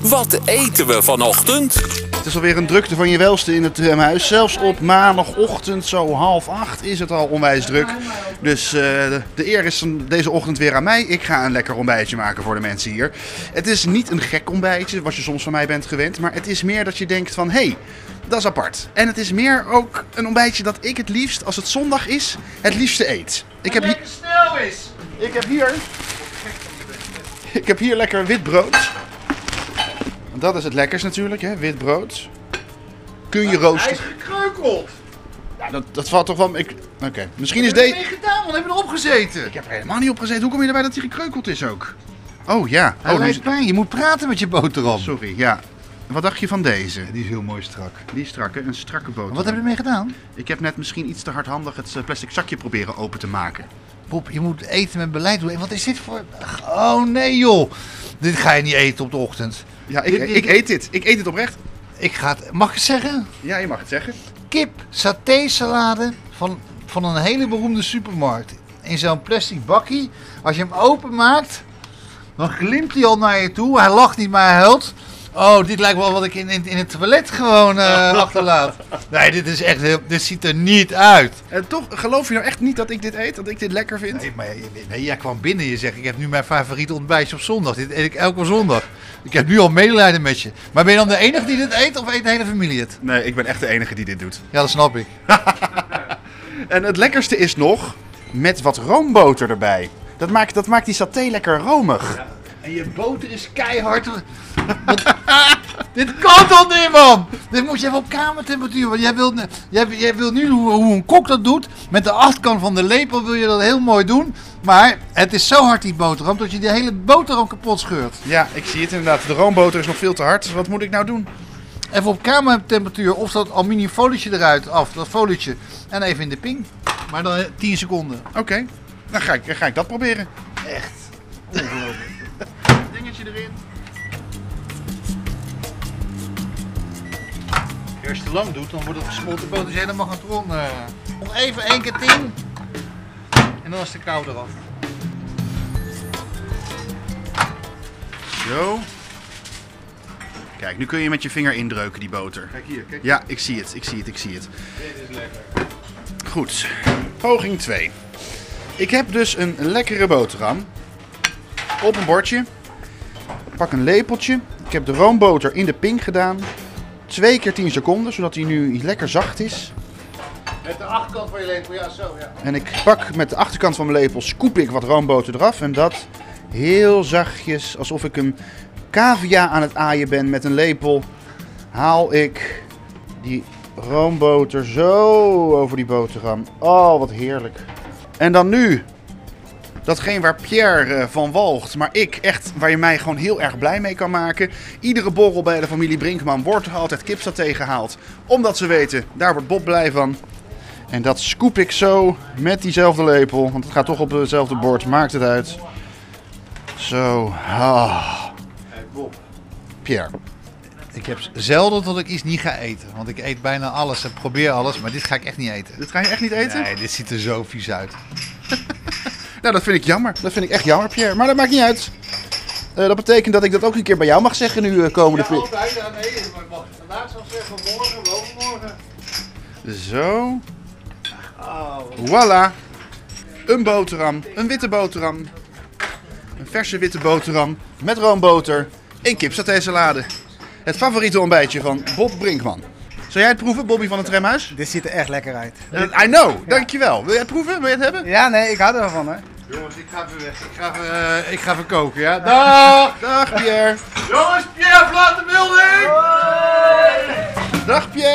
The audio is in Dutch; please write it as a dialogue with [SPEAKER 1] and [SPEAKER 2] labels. [SPEAKER 1] Wat eten we vanochtend?
[SPEAKER 2] Het is alweer een drukte van je welste in het tramhuis. Zelfs op maandagochtend, zo half acht, is het al onwijs druk. Dus eh, de, de eer is van deze ochtend weer aan mij. Ik ga een lekker ontbijtje maken voor de mensen hier. Het is niet een gek ontbijtje, wat je soms van mij bent gewend. Maar het is meer dat je denkt van, hé, hey, dat is apart. En het is meer ook een ontbijtje dat ik het liefst, als het zondag is, het liefste eet. Ik heb hier...
[SPEAKER 3] snel is.
[SPEAKER 2] Ik heb hier. Ik heb hier lekker wit brood. Want Dat is het lekkers natuurlijk, hè? Wit brood. Kun je roosten.
[SPEAKER 3] gekreukeld.
[SPEAKER 2] Ja, dat, dat valt toch wel. ik- Oké, misschien is deze.
[SPEAKER 3] gedaan, want hebben erop gezeten.
[SPEAKER 2] Ik heb er helemaal niet op gezeten. Hoe kom je erbij dat hij gekreukeld is ook? Oh ja.
[SPEAKER 3] Hij
[SPEAKER 2] Oh, nu is-
[SPEAKER 3] lijkt pijn. Je moet praten met je boterham.
[SPEAKER 2] Sorry, ja. Wat dacht je van deze?
[SPEAKER 3] Die is heel mooi strak.
[SPEAKER 2] Die strakke, een strakke boter.
[SPEAKER 3] Maar wat heb je ermee gedaan?
[SPEAKER 2] Ik heb net misschien iets te hardhandig het eh, plastic zakje proberen open te maken.
[SPEAKER 3] Bob, je moet eten met beleid doen. En wat is dit voor... Ach, Oh nee joh. Dit ga je niet eten op de ochtend.
[SPEAKER 2] Ja, ik,
[SPEAKER 3] Dit- dit-
[SPEAKER 2] ik eet dit. Ik eet dit oprecht.
[SPEAKER 3] Ik ga het... Mag ik het zeggen?
[SPEAKER 2] Ja, je mag het zeggen.
[SPEAKER 3] Kip satésalade van, van een hele beroemde supermarkt. In zo'n plastic bakkie. Als je hem openmaakt, dan glimt hij al naar je toe. Hij lacht niet, maar hij huilt. Oh, dit lijkt wel wat ik in, in, in het toilet gewoon eh, achterlaat. Nee, dit is echt heel, dit ziet er niet uit.
[SPEAKER 2] En toch, geloof je nou echt niet dat ik dit eet? Dat ik dit lekker vind?
[SPEAKER 3] Nee, maar nee, jij kwam binnen en je zegt, ik heb nu mijn favoriete ontbijtje op zondag. Dit eet ik elke zondag. Ik heb nu al medelijden met je. Maar ben je dan de enige die dit eet of eet de hele familie het?
[SPEAKER 2] Nee, ik ben echt de enige die dit doet.
[SPEAKER 3] Ja, dat snap ik.
[SPEAKER 2] En het lekkerste is nog met wat roomboter erbij. Dat maakt, dat maakt die saté lekker romig.
[SPEAKER 3] En je boter is keihard. Wat- dit kan toch niet, man? Dit moet je even op kamertemperatuur. Want jij wilt, jij, jij wilt nu hoe, hoe een kok dat doet. Met de achterkant van de lepel wil je dat heel mooi doen. Maar het is zo hard, die boterham, dat je die hele boterham kapot scheurt.
[SPEAKER 2] Ja, ik zie het inderdaad. De roomboter is nog veel te hard. Wat moet ik nou doen?
[SPEAKER 3] Even op kamertemperatuur of dat aluminiumfolietje eruit af, dat folietje. En even in de ping. Maar dan eh, 10 seconden.
[SPEAKER 2] Oké, dan ga ik, ga ik dat proberen.
[SPEAKER 3] Echt.
[SPEAKER 2] Dingetje erin.
[SPEAKER 3] Als je het te lang doet, dan wordt het gesmolten boter. Dus helemaal gaan rond. Nog even één keer 10. En dan is de kou eraf.
[SPEAKER 2] Zo. Kijk, nu kun je met je vinger indreuken die boter.
[SPEAKER 3] Kijk hier, kijk.
[SPEAKER 2] Ja, ik zie het, ik zie het, ik zie het.
[SPEAKER 3] Dit is lekker.
[SPEAKER 2] Goed, poging 2. Ik heb dus een lekkere boterham op een bordje. Ik pak een lepeltje. Ik heb de roomboter in de pink gedaan. Twee keer 10 seconden, zodat hij nu lekker zacht is.
[SPEAKER 3] Met de achterkant van je lepel, ja zo ja.
[SPEAKER 2] En ik pak met de achterkant van mijn lepel, scoop ik wat roomboter eraf. En dat heel zachtjes, alsof ik een cavia aan het aaien ben met een lepel, haal ik die roomboter zo over die boterham. Oh, wat heerlijk. En dan nu, datgene waar Pierre eh, van walgt, maar ik echt, waar je mij gewoon heel erg blij mee kan maken. Iedere borrel bij de familie Brinkman wordt altijd kipsaté gehaald, omdat ze weten, daar wordt Bob blij van. En dat scoop ik zo met diezelfde lepel, want het gaat toch op hetzelfde bord, maakt het uit. Zo, ah, Pierre.
[SPEAKER 3] Ik heb zelden dat ik iets niet ga eten. Want ik eet bijna alles en probeer alles, maar dit ga ik echt niet eten.
[SPEAKER 2] Dit ga je echt niet eten?
[SPEAKER 3] Nee, dit ziet er zo vies uit.
[SPEAKER 2] Nou, dat vind ik jammer. Dat vind ik echt jammer, Pierre. Maar dat maakt niet uit. Eh, dat betekent dat ik dat ook een keer bij jou mag zeggen nu eh, komende... vri-
[SPEAKER 3] altijd aan eten, maar mag vandaag zal zeggen, morgen, overmorgen.
[SPEAKER 2] Zo. Voilà. Een boterham. Een witte boterham. Een verse witte boterham. Met roomboter. En kipsatésalade. Het favoriete ontbijtje van Bob Brinkman. Zou jij het proeven, Bobby van het Tramhuis?
[SPEAKER 4] Dit ziet er echt lekker uit.
[SPEAKER 2] I know, dankjewel. Wil jij het proeven? Wil je het hebben?
[SPEAKER 4] Ja, nee, ik hou ervan hè.
[SPEAKER 3] Jongens, ik ga even weg. Ik ga even, eh, ik ga even koken, ja. Dag!
[SPEAKER 2] Dag Pierre.
[SPEAKER 3] Jongens, Pierre laat de building!
[SPEAKER 2] Dag Pierre.